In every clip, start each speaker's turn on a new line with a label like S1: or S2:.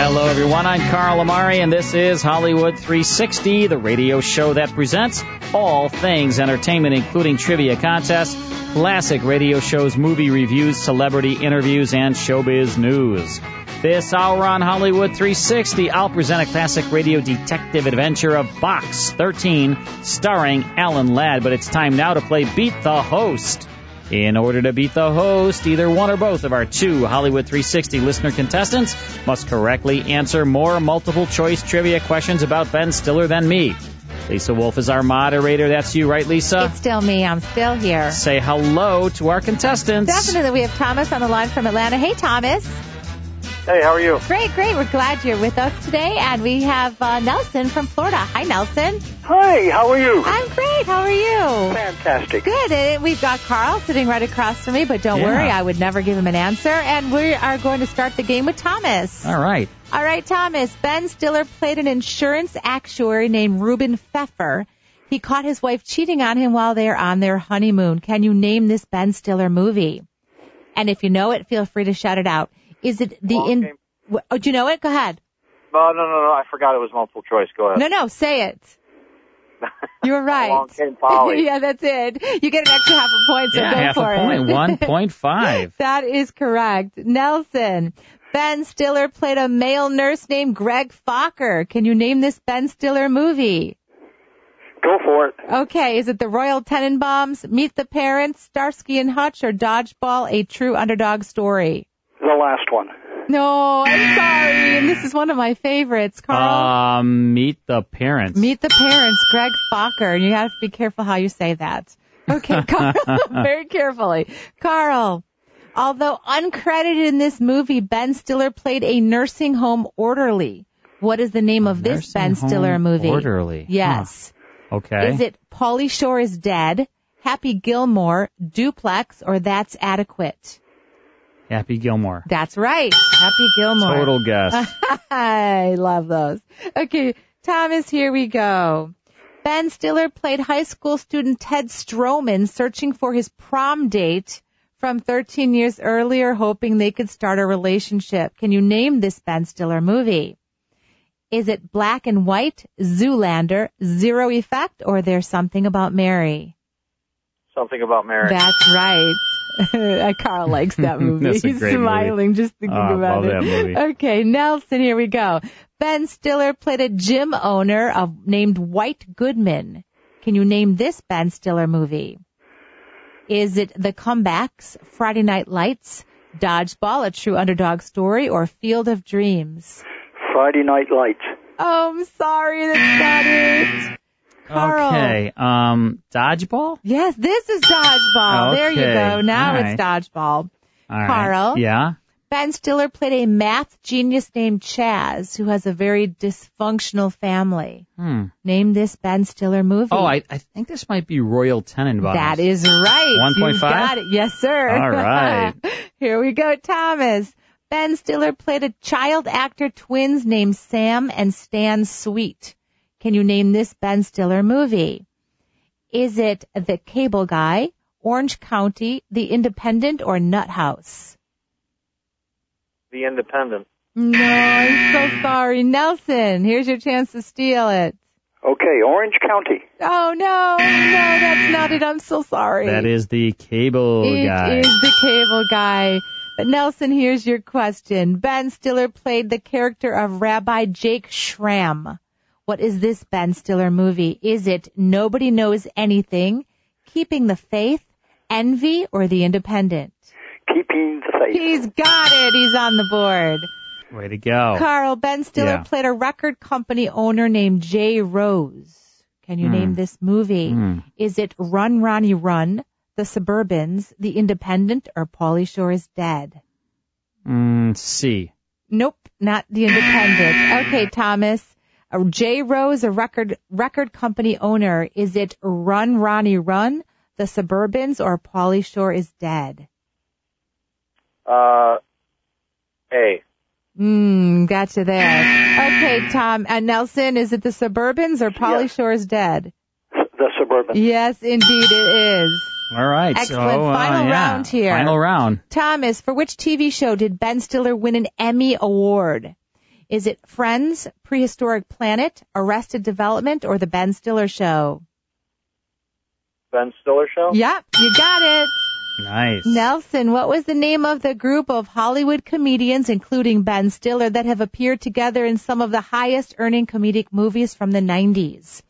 S1: Hello, everyone. I'm Carl Amari, and this is Hollywood 360, the radio show that presents all things entertainment, including trivia contests, classic radio shows, movie reviews, celebrity interviews, and showbiz news. This hour on Hollywood 360, I'll present a classic radio detective adventure of Box 13, starring Alan Ladd. But it's time now to play Beat the Host. In order to beat the host, either one or both of our two Hollywood 360 listener contestants must correctly answer more multiple choice trivia questions about Ben Stiller than me. Lisa Wolf is our moderator. That's you, right, Lisa?
S2: It's still me. I'm still here.
S1: Say hello to our contestants.
S2: Definitely, we have Thomas on the line from Atlanta. Hey, Thomas.
S3: Hey, how are you?
S2: Great, great. We're glad you're with us today. And we have uh, Nelson from Florida. Hi, Nelson.
S3: Hi, how are you?
S2: I'm great. How are you?
S3: Fantastic.
S2: Good. And we've got Carl sitting right across from me, but don't
S1: Yeah.
S2: worry, I would never give him an answer. And we are going to start the game with Thomas.
S1: All right.
S2: All right, Thomas. Ben Stiller played an insurance actuary named Ruben Pfeffer. He caught his wife cheating on him while they are on their honeymoon. Can you name this Ben Stiller movie? And if you know it, feel free to shout it out. Is it the
S3: Ball
S2: in?
S3: Game.
S2: Wh- Oh, do you know it? Go ahead.
S3: No, no, no, no. I forgot it was multiple choice. Go ahead.
S2: No, no, say it. You were right.
S3: Along came Polly.
S2: yeah, that's it. You get an extra half a point, so
S1: yeah,
S2: go
S1: half
S2: for
S1: a point,
S2: it.
S1: 1.5.
S2: That is correct. Nelson. Ben Stiller played a male nurse named Greg Fokker. Can you name this Ben Stiller movie?
S3: Go for it.
S2: Okay, is it The Royal Tenenbaums, Meet the Parents, Starsky and Hutch, or Dodgeball, A True Underdog Story?
S3: The last one.
S2: No, I'm sorry. And this is one of my favorites, Carl.
S1: Um, meet the parents.
S2: Meet the Parents, Greg Fokker. You have to be careful how you say that. Okay, Carl, very carefully. Carl, although uncredited in this movie, Ben Stiller played a nursing home orderly. What is the name of this
S1: Nursing
S2: Ben Stiller
S1: home
S2: movie?
S1: Orderly.
S2: Yes.
S1: Huh. Okay.
S2: Is it Pauly Shore is Dead, Happy Gilmore, Duplex, or That's Adequate?
S1: Happy Gilmore.
S2: That's right. Happy Gilmore.
S1: Total guess.
S2: I love those. Okay, Thomas, here we go. Ben Stiller played high school student Ted Stroman searching for his prom date from 13 years earlier, hoping they could start a relationship. Can you name this Ben Stiller movie? Is it Black and White, Zoolander, Zero Effect, or There's Something About Mary?
S3: Something about Mary.
S2: That's right. Carl likes that movie.
S1: That's a
S2: He's
S1: great movie.
S2: smiling just thinking
S1: Ah,
S2: about
S1: love
S2: it.
S1: that movie.
S2: Okay, Nelson, here we go. Ben Stiller played a gym owner of, named White Goodman. Can you name this Ben Stiller movie? Is it The Comebacks, Friday Night Lights, Dodgeball, A True Underdog Story, or Field of Dreams?
S3: Friday Night Lights.
S2: Oh, I'm sorry, that's not it. Carl.
S1: Okay. Um, dodgeball.
S2: Yes, this is Dodgeball. There you
S1: Okay,
S2: go. Now
S1: all right.
S2: it's Dodgeball.
S1: All right.
S2: Carl.
S1: Yeah.
S2: Ben Stiller played a math genius named Chaz who has a very dysfunctional family.
S1: Hmm.
S2: Name this Ben Stiller movie.
S1: Oh, I, I think this might be Royal Tenenbaums.
S2: That is right.
S1: 1.5?
S2: You got it. Yes, sir.
S1: All right.
S2: Here we go, Thomas. Ben Stiller played a child actor twins named Sam and Stan Sweet. Can you name this Ben Stiller movie? Is it The Cable Guy, Orange County, The Independent, or Nut House?
S3: The Independent.
S2: No, I'm so sorry. Nelson, here's your chance to steal it.
S3: Okay, Orange County.
S2: Oh, no, no, that's not it. I'm so sorry.
S1: That is the cable
S2: It
S1: guy.
S2: is the cable guy. But Nelson, here's your question. Ben Stiller played the character of Rabbi Jake Schramm What is this Ben Stiller movie? Is it Nobody Knows Anything, Keeping the Faith, Envy, or The Independent?
S3: Keeping the faith.
S2: He's got it. He's on the board.
S1: Way to go.
S2: Carl, Ben Stiller
S1: Yeah.
S2: played a record company owner named Jay Rose. Can you
S1: Hmm.
S2: name this movie?
S1: Hmm.
S2: Is it Run Ronnie Run, The Suburbans, The Independent, or Pauly Shore is Dead?
S1: Mm, C.
S2: Nope, not The Independent. Okay, Thomas. Uh, Jay Rose, a record record company owner. Is it Run Ronnie Run, The Suburbans, or Pauly Shore is Dead?
S3: Uh, A.
S2: Mmm, gotcha there. Okay, Tom. And Nelson, is it the Suburbans or Polly Shore's Dead?
S3: The suburban.
S2: Yes, indeed it is.
S1: All right.
S2: Excellent.
S1: So, uh,
S2: Final
S1: yeah.
S2: round here.
S1: Final round.
S2: Thomas, for which TV show did Ben Stiller win an Emmy Award? Is it Friends, Prehistoric Planet, Arrested Development, or The Ben Stiller Show?
S3: Ben Stiller show?
S2: Yep, you got it.
S1: Nice.
S2: Nelson, what was the name of the group of Hollywood comedians, including Ben Stiller, that have appeared together in some of the highest earning comedic movies from the 90s?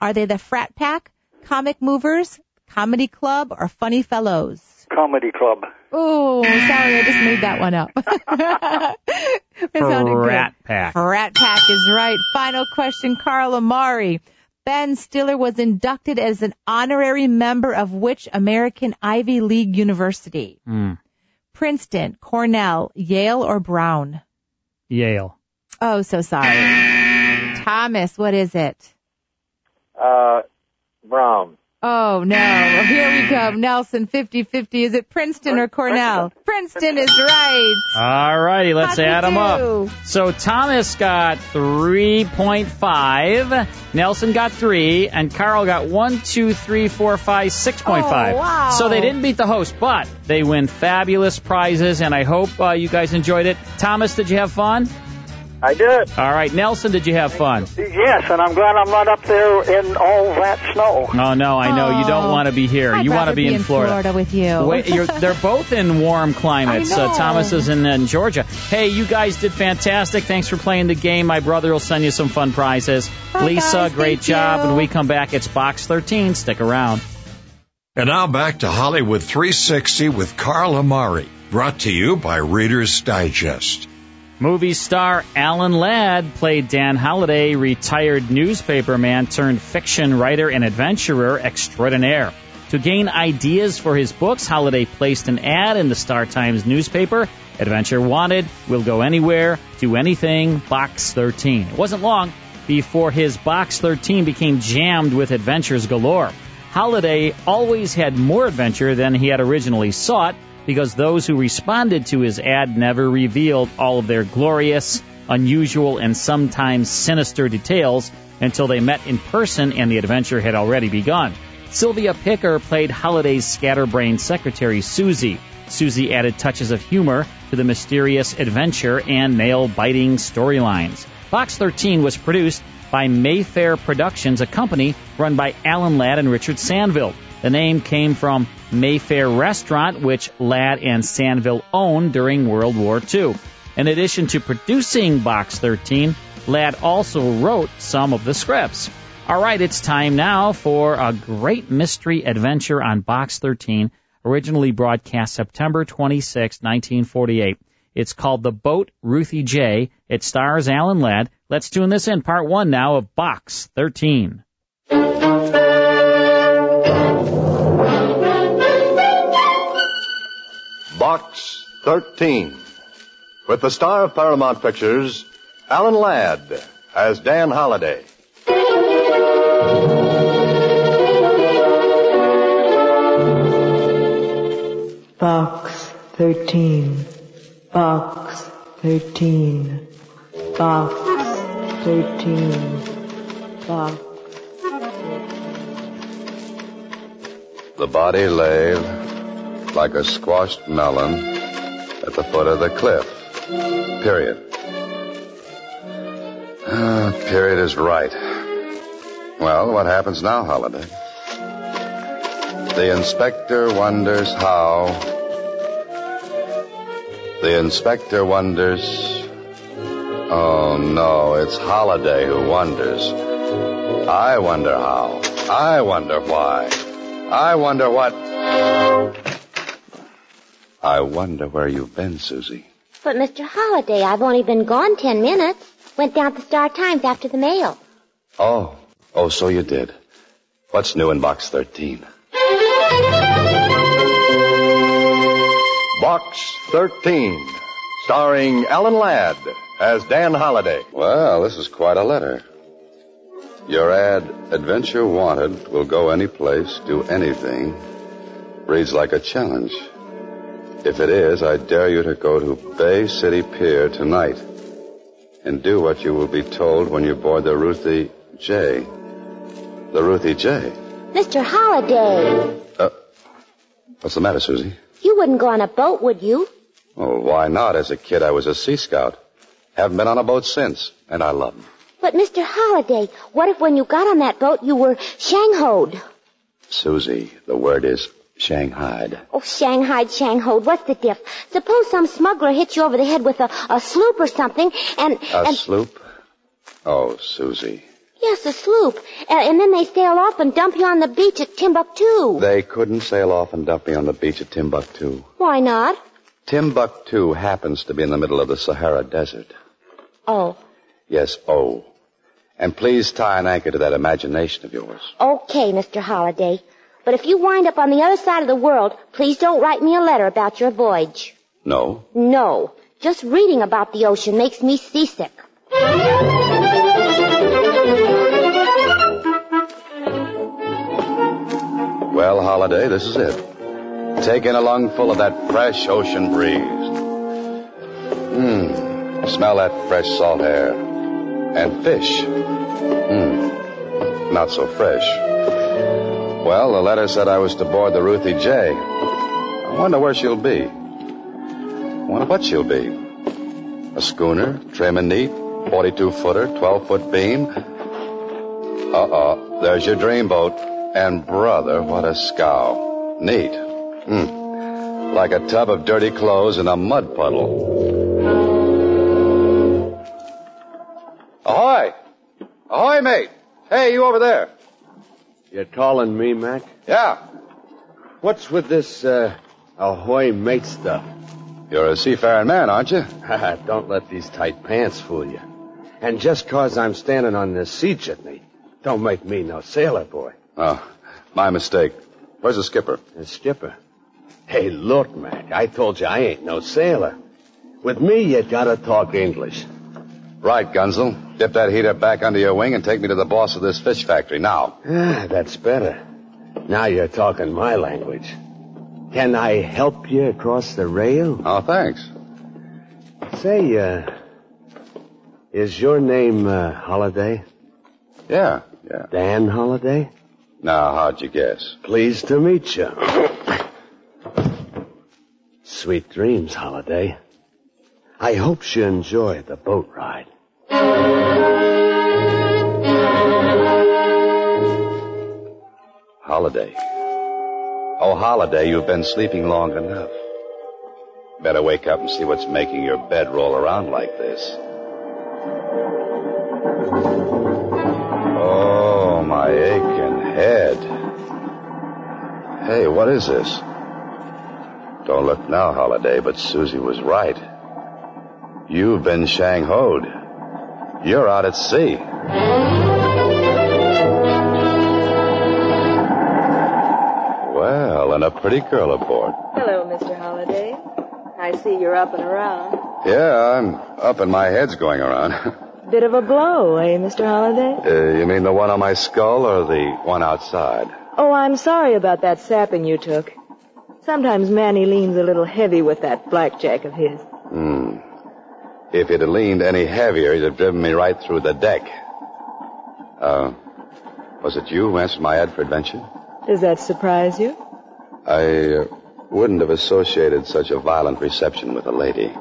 S2: Are they the Frat Pack, Comic Movers, Comedy Club, or Funny Fellows?
S3: Comedy club.
S2: Oh, sorry, I just made that one up. It sounded good.
S1: Rat Pack.
S2: Frat Pack is right. Final question, Carl Amari. Ben Stiller was inducted as an honorary member of which American Ivy League university?
S1: Mm,
S2: Princeton, Cornell, Yale, or Brown?
S1: Yale.
S2: Oh, so sorry. Thomas, what is it?
S3: Uh, Brown.
S2: Oh no, here we go. Nelson, 50-50. Is it Princeton or Cornell? Princeton is right.
S1: All righty, let's 'em
S2: How'd
S1: add
S2: we
S1: them
S2: do?
S1: up. So Thomas got 3.5, Nelson got 3, and Carl got 1, 2, 3, 4, 5, 6.5.
S2: Oh, wow.
S1: So they didn't beat the host, but they win fabulous prizes, and I hope uh, you guys enjoyed it. Thomas, did you have fun?
S3: I did.
S1: All right, Nelson, did you have fun?
S3: Yes, and I'm glad I'm not up there in all that snow.
S1: Oh, no, I know. You don't
S2: Oh,
S1: want to be here.
S2: I'd
S1: you want
S2: rather
S1: to be, in Florida.
S2: with you.
S1: Wait, you're, they're both in warm climates.
S2: I
S1: Uh,
S2: know.
S1: Thomas is in, in Georgia. Hey, you guys did fantastic. Thanks for playing the game. My brother will send you some fun prizes.
S2: Bye,
S1: Lisa,
S2: guys.
S1: great
S2: Thank
S1: job.
S2: you.
S1: When we come back, it's Box 13. Stick around.
S4: And now back to Hollywood 360 with Carl Amari, brought to you by Reader's Digest.
S1: Movie star Alan Ladd played Dan Holliday, retired newspaper man turned fiction writer and adventurer extraordinaire. To gain ideas for his books, Holliday placed an ad in the Star Times newspaper. Adventure wanted, will go anywhere, do anything, box 13. It wasn't long before his box 13 became jammed with adventures galore. Holiday always had more adventure than he had originally sought because those who responded to his ad never revealed all of their glorious, unusual, and sometimes sinister details until they met in person and the adventure had already begun. Sylvia Picker played Holiday's scatterbrained secretary, Susie. Susie added touches of humor to the mysterious adventure and nail biting storylines. Box 13 was produced by Mayfair Productions, a company run by Alan Ladd and Richard Sandville. The name came from Mayfair Restaurant, which Ladd and Sandville owned during World War II. In addition to producing Box 13, Ladd also wrote some of the scripts. All right, it's time now for a great mystery adventure on Box 13, originally broadcast September 26, 1948. It's called The Boat Ruthie J. It stars Alan Ladd. Let's tune this in, part one now of Box 13.
S5: Box 13. With the star of Paramount Pictures, Alan Ladd as Dan Holliday.
S6: Box 13. Box 13. Box 13. Box.
S7: The body lay like a squashed melon at the foot of the cliff. Period. Ah, period is right. Well, what happens now, Holiday? The inspector wonders how. The inspector wonders. Oh no, it's Holiday who wonders. I wonder how. I wonder why. I wonder what. I wonder where you've been, Susie.
S8: But Mr. Holliday, I've only been gone ten minutes. Went down to Star Times after the mail.
S7: Oh, oh, so you did. What's new in box 13?
S5: Box 13, starring Alan Ladd as Dan Holliday.
S7: Well, this is quite a letter. Your ad, Adventure Wanted, will go any place, do anything, reads like a challenge. If it is, I dare you to go to Bay City Pier tonight and do what you will be told when you board the Ruthie J. The Ruthie J.
S8: Mr. Holliday,
S7: What's the matter, Susie?
S8: you wouldn't go on a boat, would you?
S7: Oh, why not? As a kid, I was a Sea Scout. Haven't been on a boat since, and I love 'em.
S8: But Mr. Holliday, what if when you got on that boat you were shanghoed?
S7: Susie, the word is Shanghaied.
S8: Oh, shanghaied, shanghoed, what's the diff? Suppose some smuggler hit you over the head with a, a sloop or something, and,
S7: A
S8: and
S7: sloop? Oh, Susie.
S8: yes, a sloop, and, and then they sail off and dump you on the beach at Timbuktu.
S7: They couldn't sail off and dump me on the beach at Timbuktu.
S8: Why not?
S7: Timbuktu happens to be in the middle of the Sahara Desert.
S8: Oh,
S7: Yes, oh. And please tie an anchor to that imagination of yours.
S8: okay, Mr. Holliday. But if you wind up on the other side of the world, please don't write me a letter about your voyage.
S7: No?
S8: No, just reading about the ocean makes me seasick.
S7: Well, Holiday, this is it. Take in a lungful of that fresh ocean breeze. Mmm. Smell that fresh salt air. And fish. Mmm. Not so fresh. Well, the letter said I was to board the Ruthie J. I wonder where she'll be. Wonder what she'll be. A schooner, trim and neat, 42 footer, 12 foot beam. Uh-oh, there's your dream boat. And brother, what a scow. Neat. Hmm. Like a tub of dirty clothes in a mud puddle. Ahoy! Ahoy, mate! Hey, you over there.
S9: You're calling me, Mac?
S7: Yeah.
S9: What's with this, uh, ahoy mate stuff?
S7: You're a seafaring man, aren't you?
S9: Don't let these tight pants fool you. And just 'cause I'm standing on this sea jitney, don't make me no sailor boy.
S7: Oh, my mistake. Where's the skipper?
S9: Uh, skipper. Hey, look, Mac, I told you I ain't no sailor. With me, you gotta talk English.
S7: Right, Gunzel. Dip that heater back under your wing and take me to the boss of this fish factory now.
S9: Ah, that's better. Now you're talking my language. Can I help you across the rail?
S7: Oh, thanks.
S9: Say, uh, is your name, uh, Holiday?
S7: Yeah, yeah.
S9: Dan Holiday?
S7: Now, how'd you guess?
S9: Pleased to meet you. Sweet dreams, Holiday. I hope you enjoy the boat ride.
S7: Holiday. Oh, Holiday, you've been sleeping long enough. Better wake up and see what's making your bed roll around like this. Oh, my aching head. Hey, what is this? Don't look now, Holiday, but Susie was right. You've been shanghoed. You're out at sea. Well, and a pretty girl aboard.
S10: Hello, Mr. Holliday. I see you're up and around.
S7: Yeah, I'm up and my head's going around. uh,
S10: Bit of a blow, eh, Mr. Holliday?
S7: you mean the one on my skull or the one outside?
S10: Oh, I'm sorry about that sapping you took. Sometimes Manny leans a little heavy with that blackjack of his.
S7: Hmm. If it had leaned any heavier, it'd have driven me right through the deck. Uh, was it you who answered my ad for adventure?
S10: Does that surprise you?
S7: I uh, wouldn't have associated such a violent reception with a lady.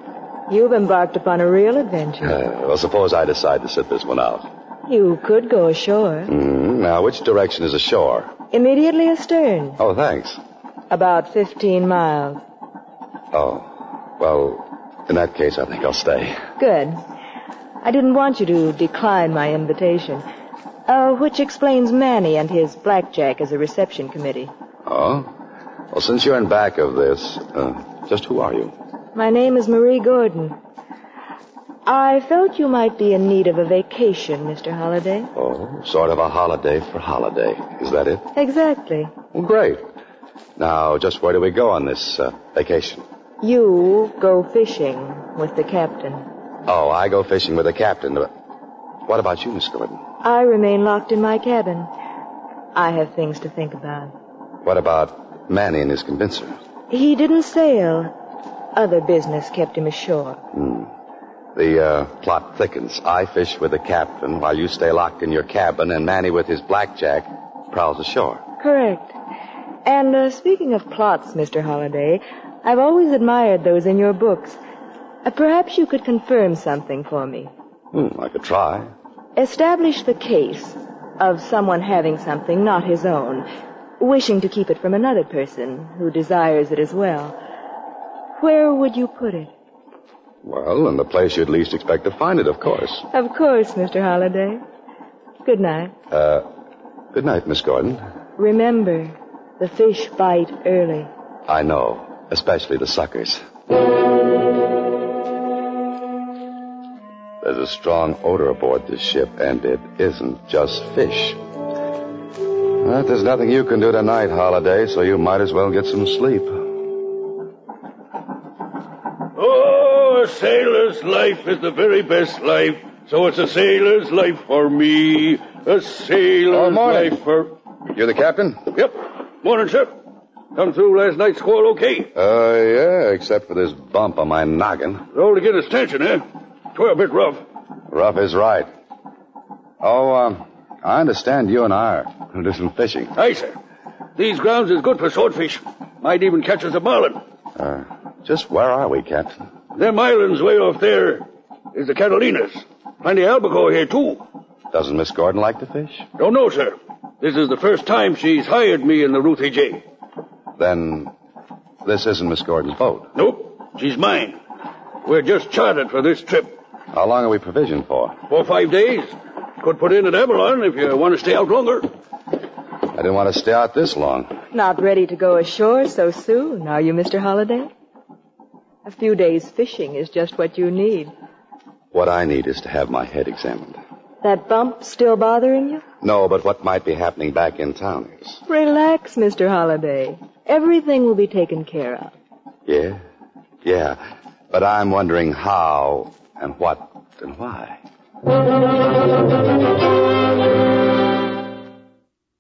S10: You've embarked upon a real adventure.
S7: Uh, well, suppose I decide to sit this one out.
S10: You could go ashore.
S7: Hmm. Now, which direction is ashore?
S10: Immediately astern.
S7: Oh, thanks.
S10: About 15 miles.
S7: Oh. Well, in that case, I think I'll stay.
S10: Good. I didn't want you to decline my invitation. Uh, which explains Manny and his blackjack as a reception committee.
S7: Oh? Well, since you're in back of this, uh, just who are you?
S10: My name is Marie Gordon. I felt you might be in need of a vacation, Mr. Holliday.
S7: Oh, sort of a holiday for holiday. Is that it?
S10: Exactly.
S7: Well, great. Now, just where do we go on this uh, vacation?
S10: You go fishing with the captain.
S7: Oh, I go fishing with the captain. But what about you, Miss Gordon?
S10: I remain locked in my cabin. I have things to think about.
S7: What about Manny and his convincer?
S10: He didn't sail. Other business kept him ashore.
S7: Hmm. The uh, plot thickens. I fish with the captain while you stay locked in your cabin, and Manny with his blackjack prowls ashore.
S10: Correct. And uh, speaking of plots, Mr. Holliday, I've always admired those in your books. Uh, perhaps you could confirm something for me.
S7: Hmm, I could try.
S10: Establish the case of someone having something not his own, wishing to keep it from another person who desires it as well. Where would you put it?
S7: Well, in the place you'd least expect to find it, of course.
S10: Of course, Mr. Holliday. Good night.
S7: Uh, good night, Miss Gordon.
S10: Remember, the fish bite early.
S7: I know, especially the suckers. There's a strong odor aboard this ship, and it isn't just fish. Well, there's nothing you can do tonight, Holiday, so you might as well get some sleep.
S11: Oh, a sailor's life is the very best life. So it's a sailor's life for me. A
S5: Oh,
S11: sailor's
S7: morning.
S11: life for.
S7: You're the captain?
S11: Yep. Morning, sir. Come through last night's squall okay.
S7: Uh, yeah, except for this bump on my noggin.
S11: Roll to get his tension, eh? Twelve a bit rough.
S7: Ruff is right. Oh, um, I understand you and I are going to do some fishing.
S11: Aye, sir. These grounds is good for swordfish. Might even catch us a marlin.
S7: Uh, just where are we, Captain?
S11: Them islands way off there is the Catalinas. Plenty of albacore here, too.
S7: Doesn't Miss Gordon like to fish?
S11: Don't know, Oh, sir. This is the first time she's hired me in the Ruthie J.
S7: Then this isn't Miss Gordon's boat.
S11: Nope, she's mine. We're just chartered for this trip.
S7: How long are we provisioned for?
S11: Four or five days. Could put in at Avalon if you want to stay out longer.
S7: I didn't want to stay out this long.
S10: Not ready to go ashore so soon, are you, Mr. Holliday? A few days fishing is just what you need.
S7: What I need is to have my head examined.
S10: That bump still bothering you?
S7: No, but what might be happening back in town is.
S10: Relax, Mr. Holliday. Everything will be taken care of.
S7: Yeah? Yeah. But I'm wondering how and what and why.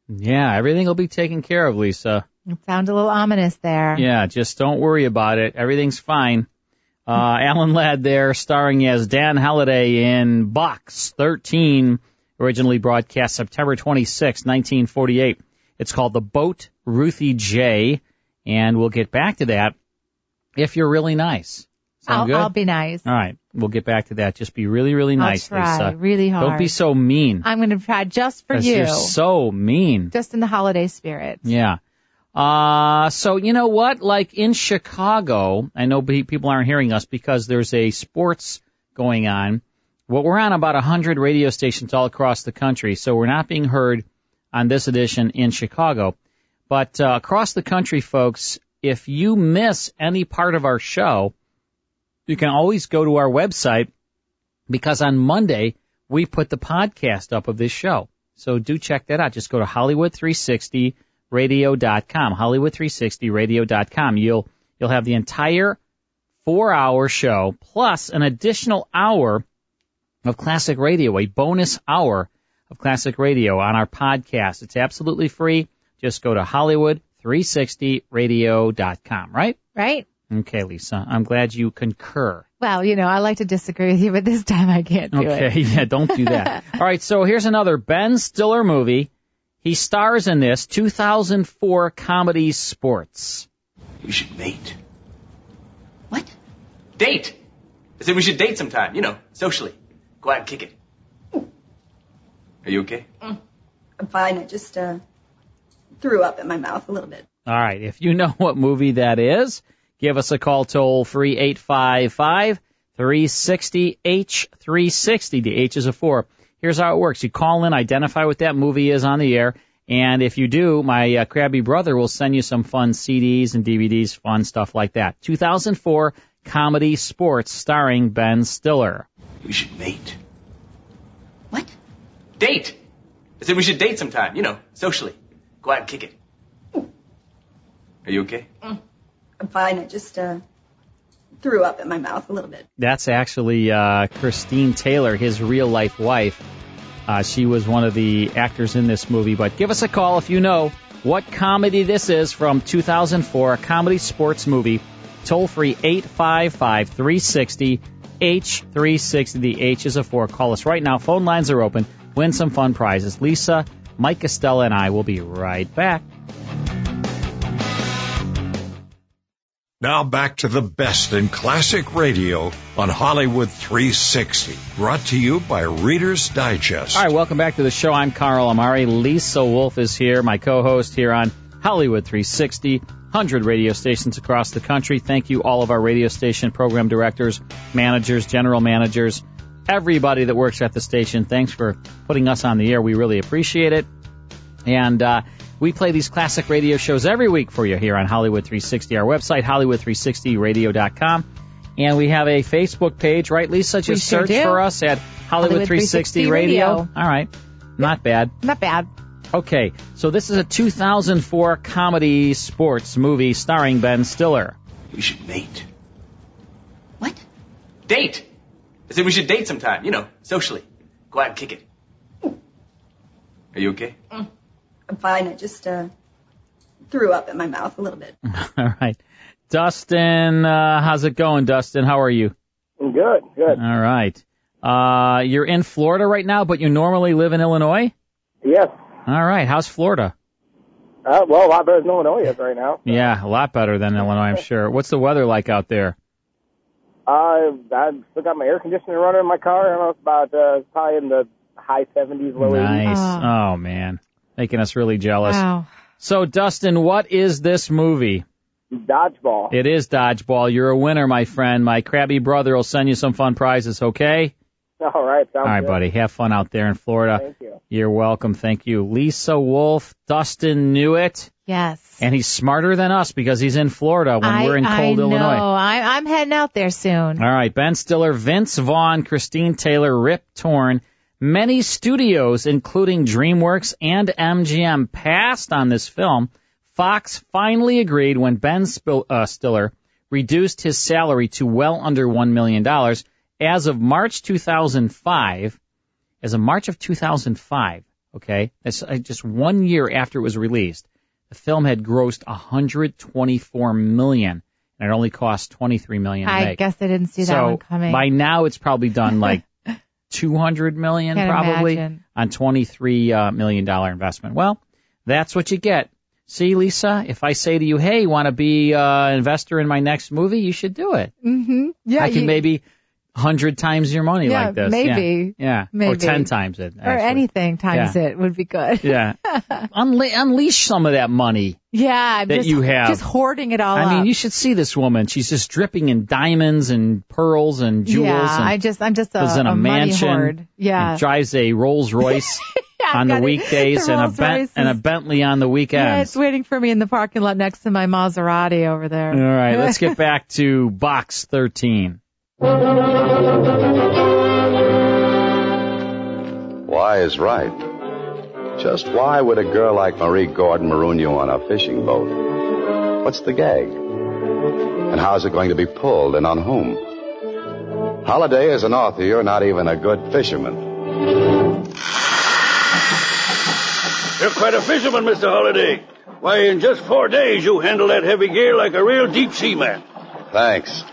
S1: Yeah, everything will be taken care of, Lisa.
S2: It sounds a little ominous there.
S1: Yeah, just don't worry about it. Everything's fine. Uh, Alan Ladd there, starring as Dan Halliday in Box 13, originally broadcast September 26, 1948. It's called The Boat Ruthie J, and we'll get back to that if you're really nice. Sound
S2: I'll,
S1: good?
S2: I'll be nice.
S1: All right, we'll get back to that. Just be really, really
S2: I'll
S1: nice,
S2: try
S1: Lisa.
S2: really
S1: Don't be
S2: hard.
S1: so mean.
S2: I'm going to try just for
S1: 'cause
S2: you.
S1: You're so mean.
S2: just in the holiday spirit.
S1: Yeah. Uh, so you know what? Like in Chicago, I know pe- people aren't hearing us because there's a sports going on. Well, we're on about 100 radio stations all across the country, so we're not being heard on this edition in Chicago. But uh, across the country, folks, if you miss any part of our show, you can always go to our website because on Monday we put the podcast up of this show. So do check that out. Just go to Hollywood360radio.com, Hollywood360radio.com. You'll you'll have the entire four-hour show plus an additional hour of classic radio, a bonus hour of classic radio on our podcast. It's absolutely free. Just go to Hollywood360radio.com. Right?
S2: Right?
S1: Okay, Lisa. I'm glad you concur.
S2: Well, you know, I like to disagree with you, but this time I can't do it.
S1: okay, yeah, don't do that. All right, so here's another Ben Stiller movie. He stars in this 2004 comedy Sports.
S12: We should mate.
S13: Date. I said we should date sometime, you know, socially. Go out and kick it. Are you okay?
S14: I'm fine. I just uh, threw up in my mouth a little bit.
S1: All right, if you know what movie that is, give us a call toll free 855 360 H360. The H is a 4. Here's how it works. You call in, identify what that movie is on the air, and if you do, my uh, crabby brother will send you some fun CDs and DVDs, fun stuff like that. 2004 comedy sports starring Ben Stiller.
S13: We should mate. What? Date. I said we should date sometime, you know, socially. Go out and kick it. Are you okay?
S14: I'm fine. I just uh, threw up in my mouth a little bit.
S1: That's actually uh, Christine Taylor, his real life wife. Uh, she was one of the actors in this movie. But give us a call if you know what comedy this is from 2004, a comedy sports movie. Toll free 855 360 H360. The H is a 4. Call us right now. Phone lines are open. Win some fun prizes. Lisa, Mike Estella, and I will be right back.
S4: Now back to the best in classic radio on Hollywood 360, brought to you by Reader's Digest.
S1: All right, welcome back to the show. I'm Carl Amari. Lisa Wolf is here, my co-host here on Hollywood 360, 100 radio stations across the country. Thank you, all of our radio station program directors, managers, general managers, everybody that works at the station. Thanks for putting us on the air. We really appreciate it. And uh, we play these classic radio shows every week for you here on Hollywood 360. Our website, Hollywood360radio.com. And we have a Facebook page, right, Lisa? Just
S2: sure
S1: search
S2: do.
S1: for us at Hollywood 360 Radio.
S2: Radio.
S1: All right. Not bad.
S2: Not bad.
S1: Okay. So this is a 2004 comedy sports movie starring Ben Stiller.
S13: We should mate. Date. I said we should date sometime, you know, socially. Go out and kick it. Are you okay?
S14: I'm fine. I just uh, threw up in my mouth a little bit.
S1: All right. Dustin, uh, how's it going, Dustin? How are you?
S3: Good, good.
S1: All right. Uh, you're in Florida right now, but you normally live in Illinois?
S3: Yes.
S1: All right. How's Florida?
S3: Uh, well, a lot better than Illinois is right now.
S1: Yeah, a lot better than Illinois, I'm sure. What's the weather like out there?
S3: I Uh, I still got my air conditioner running in my car. I don't know it's about uh, it's probably in the high 70s, low 80s.
S1: Nice. Oh, man. Making us really jealous.
S2: Oh,
S1: So, Dustin, what is this movie?
S3: Dodgeball.
S1: It is Dodgeball. You're a winner, my friend. My crabby brother will send you some fun prizes, okay?
S3: All right, sounds
S1: All right,
S3: good.
S1: buddy. Have fun out there in Florida.
S3: Thank you.
S1: You're welcome. Thank you. Lisa Wolf, Dustin knew it.
S2: Yes.
S1: And he's smarter than us because he's in Florida when
S2: I,
S1: we're in cold
S2: I
S1: Illinois.
S2: Know. I, I'm heading out there soon.
S1: All right, Ben Stiller, Vince Vaughn, Christine Taylor, Rip Torn. Many studios, including DreamWorks and MGM, passed on this film. Fox finally agreed when Ben Spil- uh, Stiller reduced his salary to well under $1 million. As of March 2005, as of March of 2005, okay, that's uh, just one year after it was released, the film had grossed 124 million, and it only cost 23 million. to
S2: I
S1: make.
S2: guess I didn't see that
S1: so
S2: one coming.
S1: by now it's probably done like 200 million,
S2: Can't
S1: probably
S2: imagine.
S1: on 23 uh, million dollar investment. Well, that's what you get. See, Lisa, if I say to you, "Hey, you want to be uh, an investor in my next movie?" You should do it.
S2: hmm Yeah.
S1: I can
S2: you-
S1: maybe hundred times your money
S2: Yeah,
S1: like this.
S2: maybe.
S1: Yeah. yeah. Or
S2: Maybe.
S1: ten times it.
S2: or anything times
S1: Yeah.
S2: it would be good.
S1: yeah. Unle- unleash some of that money.
S2: Yeah, I'm
S1: That
S2: just,
S1: you have.
S2: just hoarding it all
S1: I
S2: up.
S1: mean, you should see this woman. She's just dripping in diamonds and pearls and jewels.
S2: yeah,
S1: and
S2: I just I'm just a,
S1: lives in a,
S2: a
S1: mansion.
S2: money hoard. Yeah,
S1: and drives a Rolls Royce on the
S2: got it.
S1: weekdays
S2: The
S1: and a
S2: Rolls
S1: ben-
S2: Royce
S1: and a
S2: is-
S1: Bentley on the
S2: yeah,
S1: weekends.
S2: it's waiting for me in the parking lot next to my Maserati over there.
S1: All right, let's get back to box 13.
S7: Why is right. Just why would a girl like Marie Gordon maroon you on a fishing boat? What's the gag? And how's it going to be pulled and on whom? Holiday is an author, you're not even a good fisherman.
S11: You're quite a fisherman, Mr. Holliday. Why, in just four days, you handle that heavy gear like a real deep sea man.
S7: Thanks.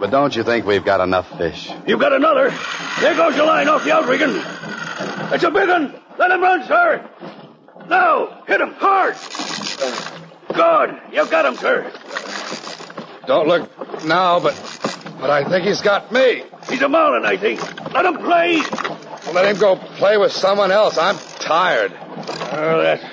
S7: But don't you think we've got enough fish?
S11: You've got another. There goes your line off the outrigging. It's a big one. Let him run, sir. Now, hit him hard. Good. You've got him, sir.
S9: Don't look now, but but I think he's got me.
S11: He's a Marlin, I think. Let him play.
S9: Let him go play with someone else. I'm tired.
S11: Oh, that's,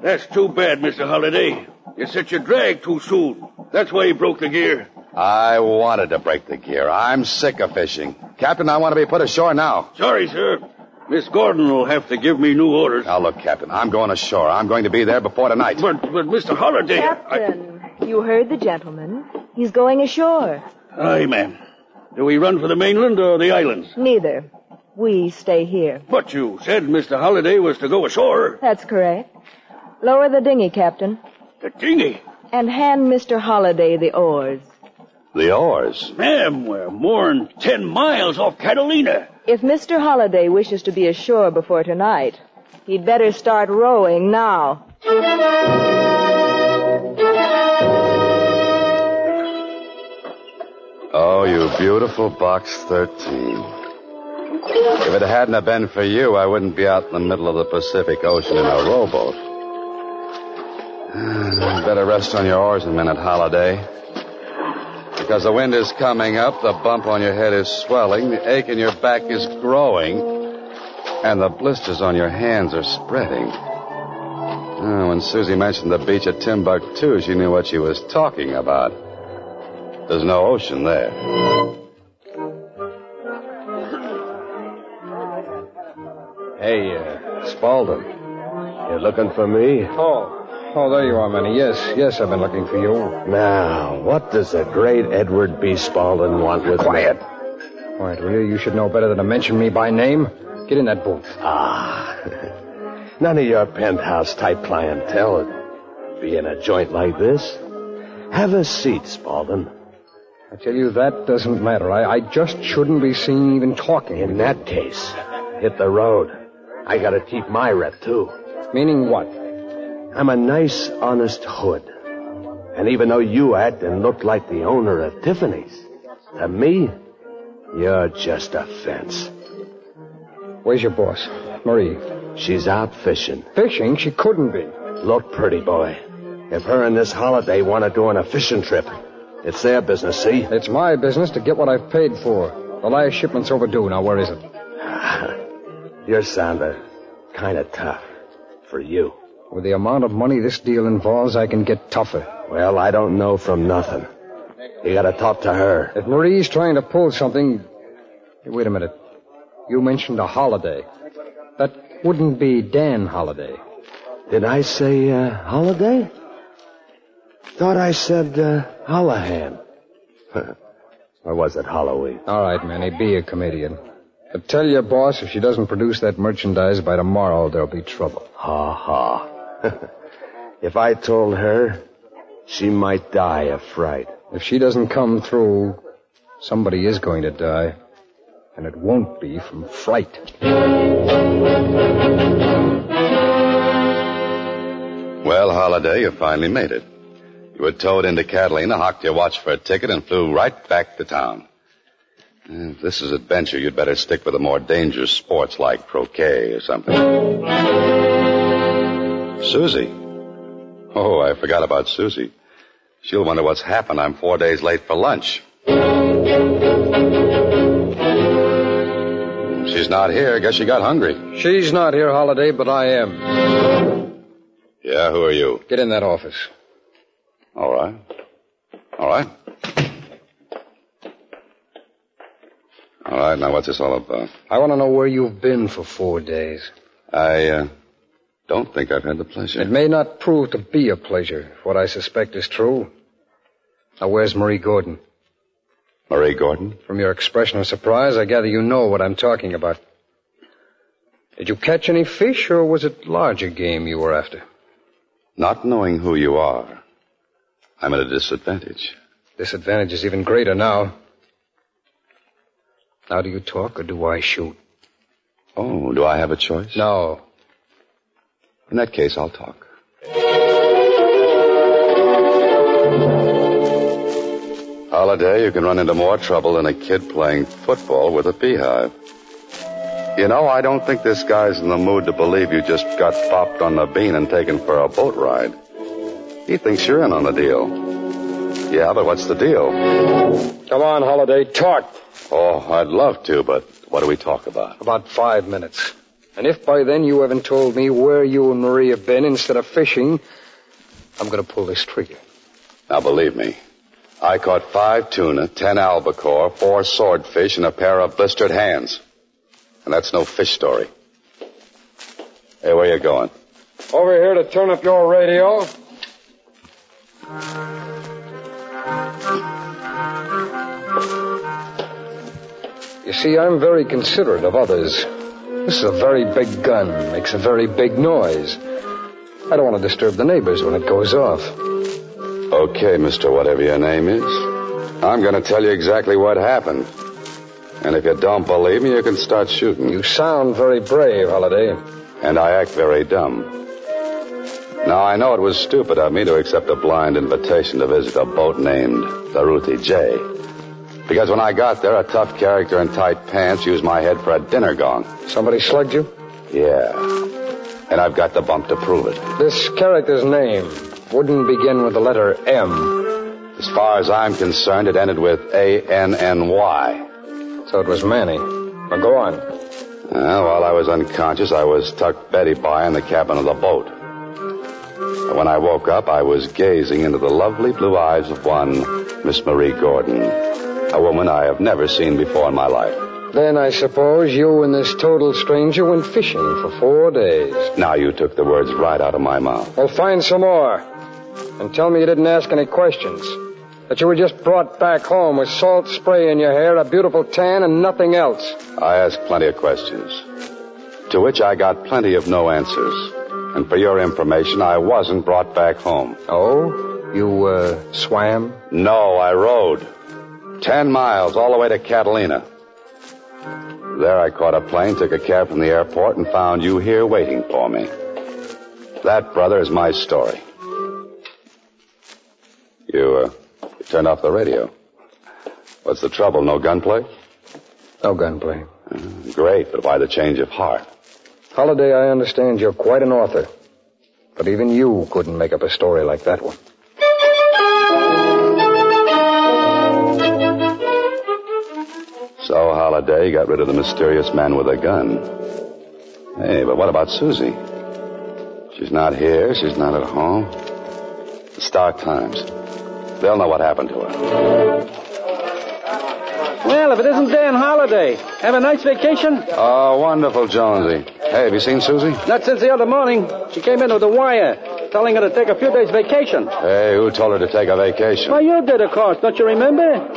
S11: that's too bad, Mr. Holliday. You set your drag too soon. That's why he broke the gear.
S7: I wanted to break the gear. I'm sick of fishing. Captain, I want to be put ashore now.
S11: Sorry, sir. Miss Gordon will have to give me new orders.
S7: Now look, Captain, I'm going ashore. I'm going to be there before tonight.
S11: But, but Mr. Holliday.
S10: Captain, you heard the gentleman. He's going ashore.
S11: Aye, ma'am. Do we run for the mainland or the islands?
S10: Neither. We stay here.
S11: But you said Mr. Holliday was to go ashore.
S10: That's correct. Lower the dinghy, Captain,
S11: The dinghy.
S10: and hand Mr. Holliday the oars.
S7: The oars.
S11: Ma'am, we're more'n ten miles off Catalina.
S10: If Mr. Holliday wishes to be ashore before tonight, he'd better start rowing now.
S7: Oh, you beautiful box 13. If it hadn't have been for you, I wouldn't be out in the middle of the Pacific Ocean in a rowboat. Ah, Better rest on your oars a minute, Holiday. Because the wind is coming up, the bump on your head is swelling, the ache in your back is growing, and the blisters on your hands are spreading. Ah, when Susie mentioned the beach at Timbuktu, she knew what she was talking about. There's no ocean there.
S9: Hey, uh, Spaulding. You looking for me? Oh. Oh, there you are, Manny. Yes, yes, I've been looking for you. Now, what does the great Edward B. Spaulding want with Quiet. me? Quiet. Quiet, will you? You should know better than to mention me by name. Get in that booth. Ah. None of your penthouse type clientele would be in a joint like this. Have a seat, Spaulding.
S12: I tell you, that doesn't matter. I, I just shouldn't be seen even talking. In that case,
S9: Hit the road. I gotta keep my rep, too.
S12: meaning what?
S9: I'm a nice, honest hood. And even though you act and look like the owner of Tiffany's, to me, you're just a fence.
S12: Where's your boss? Marie.
S9: She's out fishing.
S12: Fishing? She couldn't be.
S9: Look, pretty boy. If her and this holiday want to do on a fishing trip, it's their business, see?
S12: It's my business to get what I've paid for. The last shipment's overdue. Now, where is it?
S9: Ah, You're sounding kind of tough for you.
S12: With the amount of money this deal involves, I can get tougher.
S9: Well, I don't know from nothing. You gotta talk to her.
S12: If Marie's trying to pull something. Hey, Wait a minute. You mentioned a holiday. That wouldn't be Dan Holiday.
S9: Did I say, uh, holiday? Thought I said, uh, Holohan. or was it Halloween?
S12: All right, Manny, be a comedian. But tell your boss if she doesn't produce that merchandise by tomorrow, there'll be trouble.
S9: Ha ha. if I told her, she might die of fright.
S12: If she doesn't come through, somebody is going to die. And it won't be from fright.
S7: Well, Holiday, you finally made it. You were towed into Catalina, hocked your watch for a ticket, and flew right back to town. If this is adventure, you'd better stick with the more dangerous sports like croquet or something. Susie. Oh, I forgot about Susie. She'll wonder what's happened. I'm four days late for lunch. She's not here. Guess she got hungry.
S12: She's not here, Holiday, but I am.
S7: Yeah, who are you?
S12: Get in that office.
S7: All right. All right. All right, now what's this all about?
S12: I want to know where you've been for four days.
S7: I uh, don't think I've had the pleasure.
S12: It may not prove to be a pleasure if what I suspect is true. Now, where's Marie Gordon?
S7: Marie Gordon?
S12: From your expression of surprise, I gather you know what I'm talking about. Did you catch any fish, or was it larger game you were after?
S7: Not knowing who you are, I'm at a disadvantage.
S12: Disadvantage is even greater now. Now, do you talk, or do I shoot?
S7: Oh, do I have a choice?
S12: No.
S7: In that case, I'll talk. Holiday, you can run into more trouble than a kid playing football with a beehive. You know, I don't think this guy's in the mood to believe you just got popped on the bean and taken for a boat ride. He thinks you're in on the deal. Yeah, but what's the deal?
S12: Come on, Holiday, talk.
S7: Oh, I'd love to, but what do we talk about?
S12: About five minutes. And if by then you haven't told me where you and Marie have been instead of fishing, I'm going to pull this trigger.
S7: Now believe me, I caught five tuna, ten albacore, four swordfish, and a pair of blistered hands. And that's no fish story. Hey, where you going?
S9: Over here to turn up your radio. You see, I'm very considerate of others. This is a very big gun, makes a very big noise. I don't want to disturb the neighbors when it goes off.
S7: Okay, Mr. Whatever your name is. I'm going to tell you exactly what happened. And if you don't believe me, you can start shooting. You
S9: sound very brave, Holiday.
S7: And I act very dumb. Now, I know it was stupid of me to accept a blind invitation to visit a boat named the Ruthie J. Because when I got there, a tough character in tight pants used my head for a dinner gong.
S9: Somebody slugged you?
S7: Yeah. And I've got the bump to prove it.
S9: This character's name wouldn't begin with the letter M.
S7: As far as I'm concerned, it ended with A N N Y.
S9: So it was Manny. Well, go on.
S7: Uh, while I was unconscious, I was tucked Betty by in the cabin of the boat. And When I woke up, I was gazing into the lovely blue eyes of one Miss Marie Gordon, a woman I have never seen before in my life.
S9: Then I suppose you and this total stranger went fishing for four days.
S7: Now you took the words right out of my mouth.
S9: Well, find some more. And tell me you didn't ask any questions. That you were just brought back home with salt spray in your hair, a beautiful tan, and nothing else.
S7: I asked plenty of questions, to which I got plenty of no answers. And for your information, I wasn't brought back home.
S9: Oh? You, uh, swam?
S7: No, I rode. Ten miles all the way to Catalina. There I caught a plane, took a cab from the airport, and found you here waiting for me. That, brother, is my story. You, uh, you turned off the radio. What's the trouble? No gunplay?
S9: No gunplay.
S7: Great, but why the change of heart?
S9: Holiday, I understand you're quite an author. But even you couldn't make up a story like that one.
S7: So Holiday got rid of the mysterious man with a gun. Hey, but what about Susie? She's not here. She's not at home. The Star Times. They'll know what happened to her.
S15: Well, if it isn't Dan Holiday, have a nice vacation.
S7: Oh, wonderful, Jonesy. Hey, have you seen Susie?
S15: Not since the other morning. She came in with a wire telling her to take a few days vacation.
S7: Hey, who told her to take a vacation?
S15: Well, you did, of course. Don't you remember?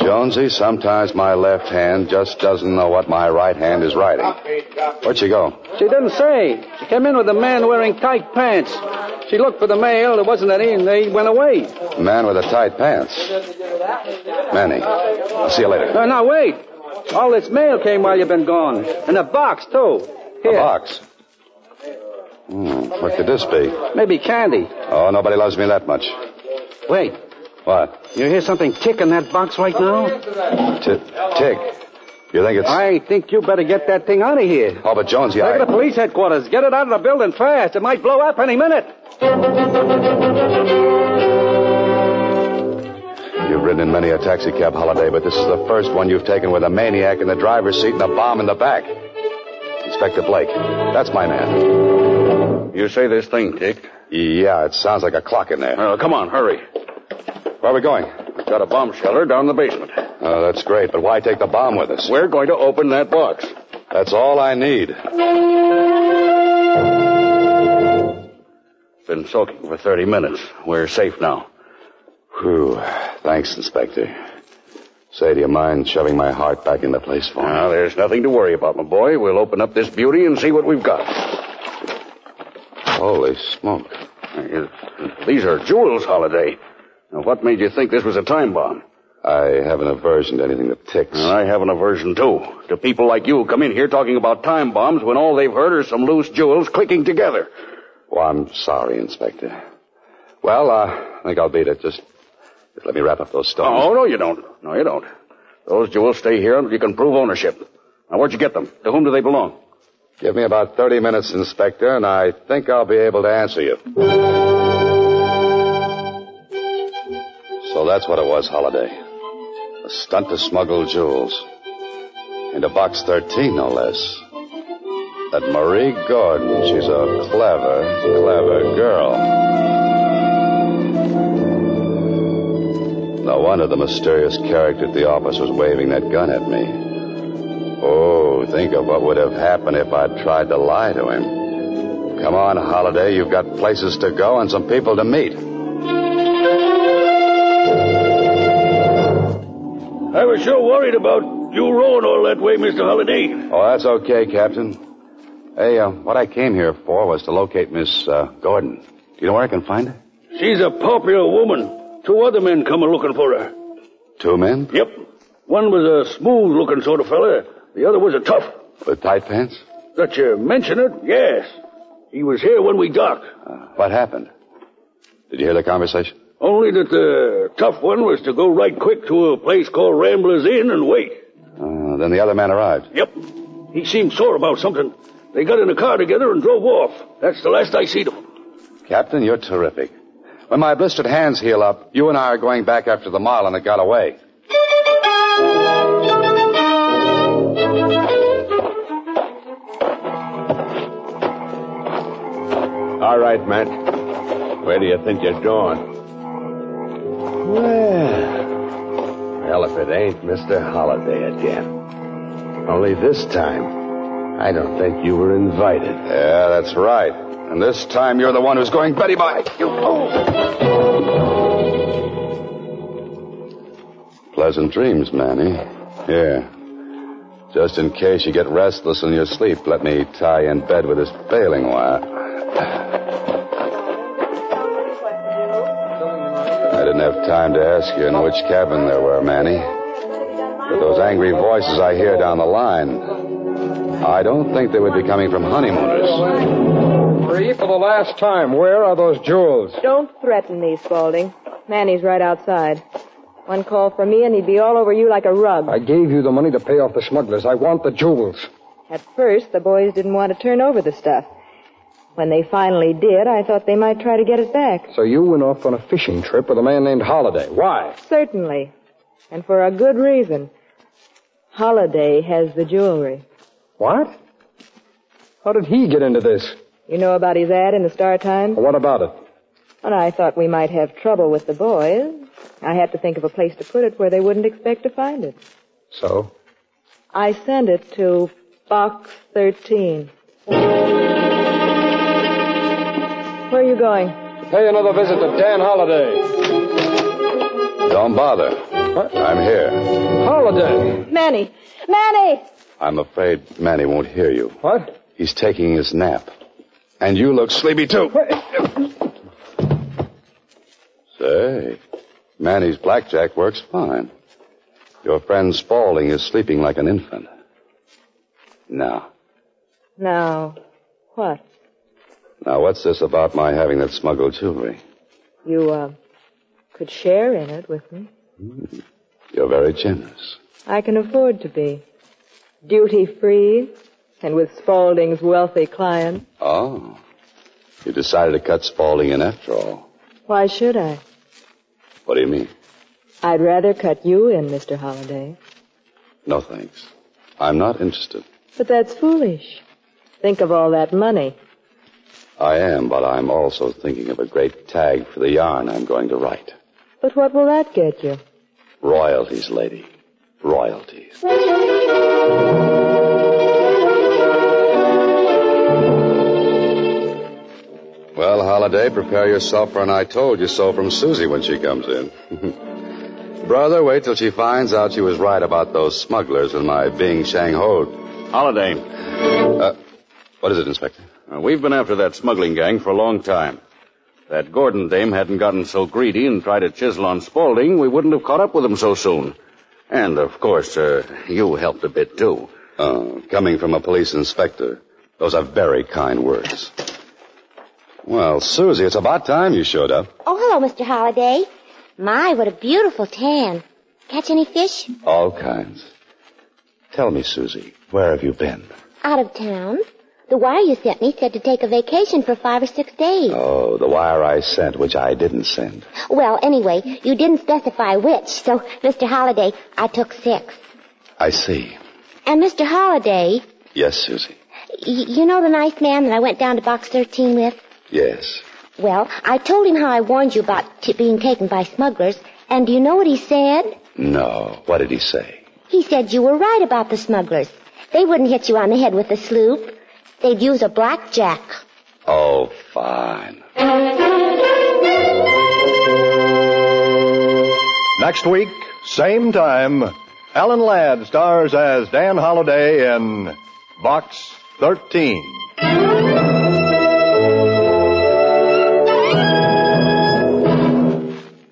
S7: Jonesy, sometimes my left hand just doesn't know what my right hand is writing. Where'd she go?
S15: She didn't say. She came in with a man wearing tight pants. She looked for the mail. There wasn't any, and they went away.
S7: Man with the tight pants. Manny, I'll see you later.
S15: No, no, wait. All this mail came while you've been gone. And a box, too. Here.
S7: A box. Hmm, what could this be?
S15: Maybe candy.
S7: Oh, nobody loves me that much.
S15: Wait.
S7: What?
S15: You hear something tick in that box right now?
S7: Tick. tick. You think it's.
S15: I think you better get that thing out of here.
S7: Oh, but Jonesy,
S15: Take it to
S7: I.
S15: police headquarters. Get it out of the building fast. It might blow up any minute.
S7: You've ridden in many a taxicab holiday, but this is the first one you've taken with a maniac in the driver's seat and a bomb in the back. Inspector Blake, that's my man.
S16: You say this thing ticked?
S7: Yeah, it sounds like a clock in there.
S16: Uh, come on, hurry.
S7: Where are we going?
S16: Got a bomb shelter down in the basement.
S7: Oh, that's great, but why take the bomb with us?
S16: We're going to open that box.
S7: That's all I need.
S16: Been soaking for 30 minutes. We're safe now.
S7: Whew. Thanks, Inspector. Say, do you mind shoving my heart back into place for me?
S16: Now, there's nothing to worry about, my boy. We'll open up this beauty and see what we've got.
S7: Holy smoke.
S16: These are jewels, Holiday. Now, what made you think this was a time bomb?
S7: I have an aversion to anything that ticks.
S16: And I have an aversion, too, to people like you who come in here talking about time bombs when all they've heard are some loose jewels clicking together.
S7: Well, I'm sorry, Inspector. Well, uh, I think I'll beat it. Just, just let me wrap up those stones.
S16: Oh, no, you don't. No, you don't. Those jewels stay here until you can prove ownership. Now, where'd you get them? To whom do they belong?
S7: Give me about 30 minutes, Inspector, and I think I'll be able to answer you. So that's what it was, Holiday. A stunt to smuggle jewels. Into Box 13, no less. That Marie Gordon, she's a clever, clever girl. No wonder the mysterious character at the office was waving that gun at me. Oh, think of what would have happened if I'd tried to lie to him. Come on, Holiday. You've got places to go and some people to meet.
S16: I was sure worried about you rolling all that way, Mr. Holliday.
S7: Oh, that's okay, Captain. Hey, uh, what I came here for was to locate Miss uh, Gordon. Do you know where I can find her?
S16: She's a popular woman. Two other men come looking for her.
S7: Two men
S16: Yep. One was a smooth looking sort of fella. The other was a tough.
S7: with tight pants.
S16: That you mention it? Yes. He was here when we docked.
S7: Uh, What happened? Did you hear the conversation?
S16: Only that the tough one was to go right quick to a place called Rambler's Inn and wait.
S7: Uh, then the other man arrived.
S16: Yep. He seemed sore about something. They got in a car together and drove off. That's the last I see them.
S7: Captain, you're terrific. When my blistered hands heal up, you and I are going back after the marlin that got away.
S9: All right, Matt. Where do you think you're going? Well, well, if it ain't Mr. Holliday again. Only this time, I don't think you were invited.
S7: Yeah, that's right. And this time you're the one who's going Betty by. You Pleasant dreams, Manny. Here. Just in case you get restless in your sleep, let me tie you in bed with this bailing wire. I didn't have time to ask you in which cabin there were, Manny. But those angry voices I hear down the line, I don't think they would be coming from honeymooners.
S12: Three for the last time. Where are those jewels?
S10: Don't threaten me, Spaulding. Manny's right outside. One call from me and he'd be all over you like a rug.
S12: I gave you the money to pay off the smugglers. I want the jewels.
S10: At first, the boys didn't want to turn over the stuff. When they finally did, I thought they might try to get it back.
S12: So you went off on a fishing trip with a man named Holiday. Why?
S10: Certainly. And for a good reason. Holiday has the jewelry.
S12: What? How did he get into this?
S10: You know about his ad in the Star Times?
S12: What about it?
S10: When I thought we might have trouble with the boys, I had to think of a place to put it where they wouldn't expect to find it.
S12: So?
S10: I sent it to Box 13. Where are you going?
S12: Pay another visit to Dan Holiday.
S7: Don't bother. I'm here.
S12: Holiday.
S10: Manny! Manny!
S7: I'm afraid Manny won't hear you.
S12: What?
S7: He's taking his nap. And you look sleepy, too. Say, Manny's blackjack works fine. Your friend Spaulding is sleeping like an infant. Now,
S10: Now, what?
S7: now what's this about my having that smuggled jewelry?
S10: You, uh, could share in it with me.
S7: Hmm. You're very generous.
S10: I can afford to be. Duty free, and with Spaulding's wealthy clients.
S7: Oh, you decided to cut Spaulding in after all.
S10: Why should I?
S7: What do you mean?
S10: I'd rather cut you in, Mr. Holliday.
S7: No thanks. I'm not interested.
S10: But that's foolish. Think of all that money.
S7: I am, but I'm also thinking of a great tag for the yarn I'm going to write.
S10: But what will that get you?
S7: Royalties, lady. Royalties. Well, Holiday, prepare yourself for an I told you so from Susie when she comes in. Brother, wait till she finds out she was right about those smugglers and my being Shanghoed.
S16: Holiday.
S7: Uh, what is it, Inspector?
S16: Uh, we've been after that smuggling gang for a long time. That Gordon dame hadn't gotten so greedy and tried to chisel on Spaulding, we wouldn't have caught up with him so soon. And, of course, uh, you helped a bit, too.
S7: Oh, coming from a police inspector, those are very kind words. Well, Susie, it's about time you showed up.
S8: Oh, hello, Mr. Holliday. My, what a beautiful tan. Catch any fish?
S7: All kinds. Tell me, Susie, where have you been?
S8: Out of town. The wire you sent me said to take a vacation for five or six days.
S7: Oh, the wire I sent, which I didn't send.
S8: Well, anyway, you didn't specify which, so, Mr. Holliday, I took six.
S7: I see.
S8: And Mr. Holliday,
S7: Yes, Susie.
S8: y- you know the nice man that I went down to box 13 with?
S7: Yes.
S8: Well, I told him how I warned you about t- being taken by smugglers, and do you know what he said?
S7: No. What did he say?
S8: He said you were right about the smugglers. They wouldn't hit you on the head with a sloop. They'd use a blackjack.
S7: Oh, fine.
S5: Next week, same time, Alan Ladd stars as Dan Holliday in Box 13.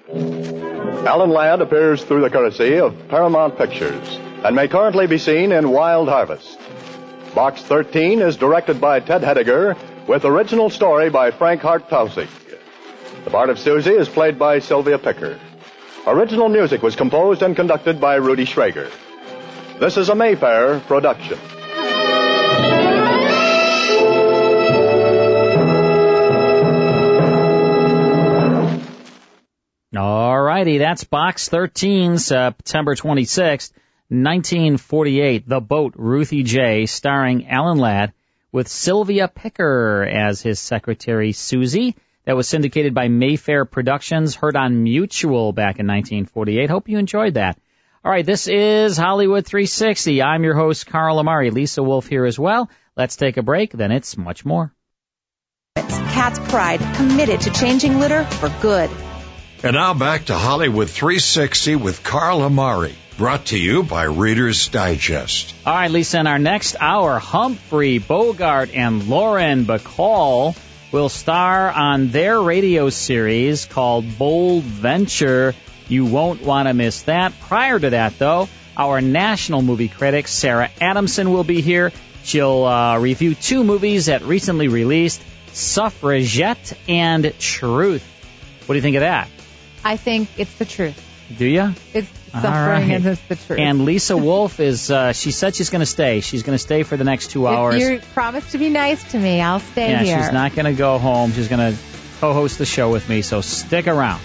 S5: Alan Ladd appears through the courtesy of Paramount Pictures and may currently be seen in Wild Harvest. Box 13 is directed by Ted Hediger with original story by Frank Hartpausig. The part of Susie is played by Sylvia Picker. Original music was composed and conducted by Rudy Schrager. This is a Mayfair production.
S1: All righty, that's box 13, September 26th, 1948. The Boat, Ruthie J, starring Alan Ladd, with Sylvia Picker as his secretary, Susie. That was syndicated by Mayfair Productions, heard on Mutual back in 1948. Hope you enjoyed that. All right, this is Hollywood 360. I'm your host, Carl Amari. Lisa Wolf here as well. Let's take a break, then it's much more.
S2: Cat's Pride, committed to changing litter for good.
S4: And now back to Hollywood 360 with Carl Amari, brought to you by Reader's Digest.
S1: All right, Lisa, in our next hour, Humphrey Bogart and Lauren Bacall will star on their radio series called Bold Venture. You won't want to miss that. Prior to that, though, our national movie critic, Sarah Adamson, will be here. She'll uh, review two movies that recently released Suffragette and Truth. What do you think of that?
S2: I think it's the truth.
S1: Do you?
S2: It's
S1: All
S2: suffering
S1: right.
S2: and it's the truth.
S1: And Lisa Wolf is, uh, she said she's going to stay. She's going to stay for the next two hours.
S2: If you promise to be nice to me, I'll stay
S1: yeah,
S2: here.
S1: she's not going to go home. She's going to co host the show with me, so stick around.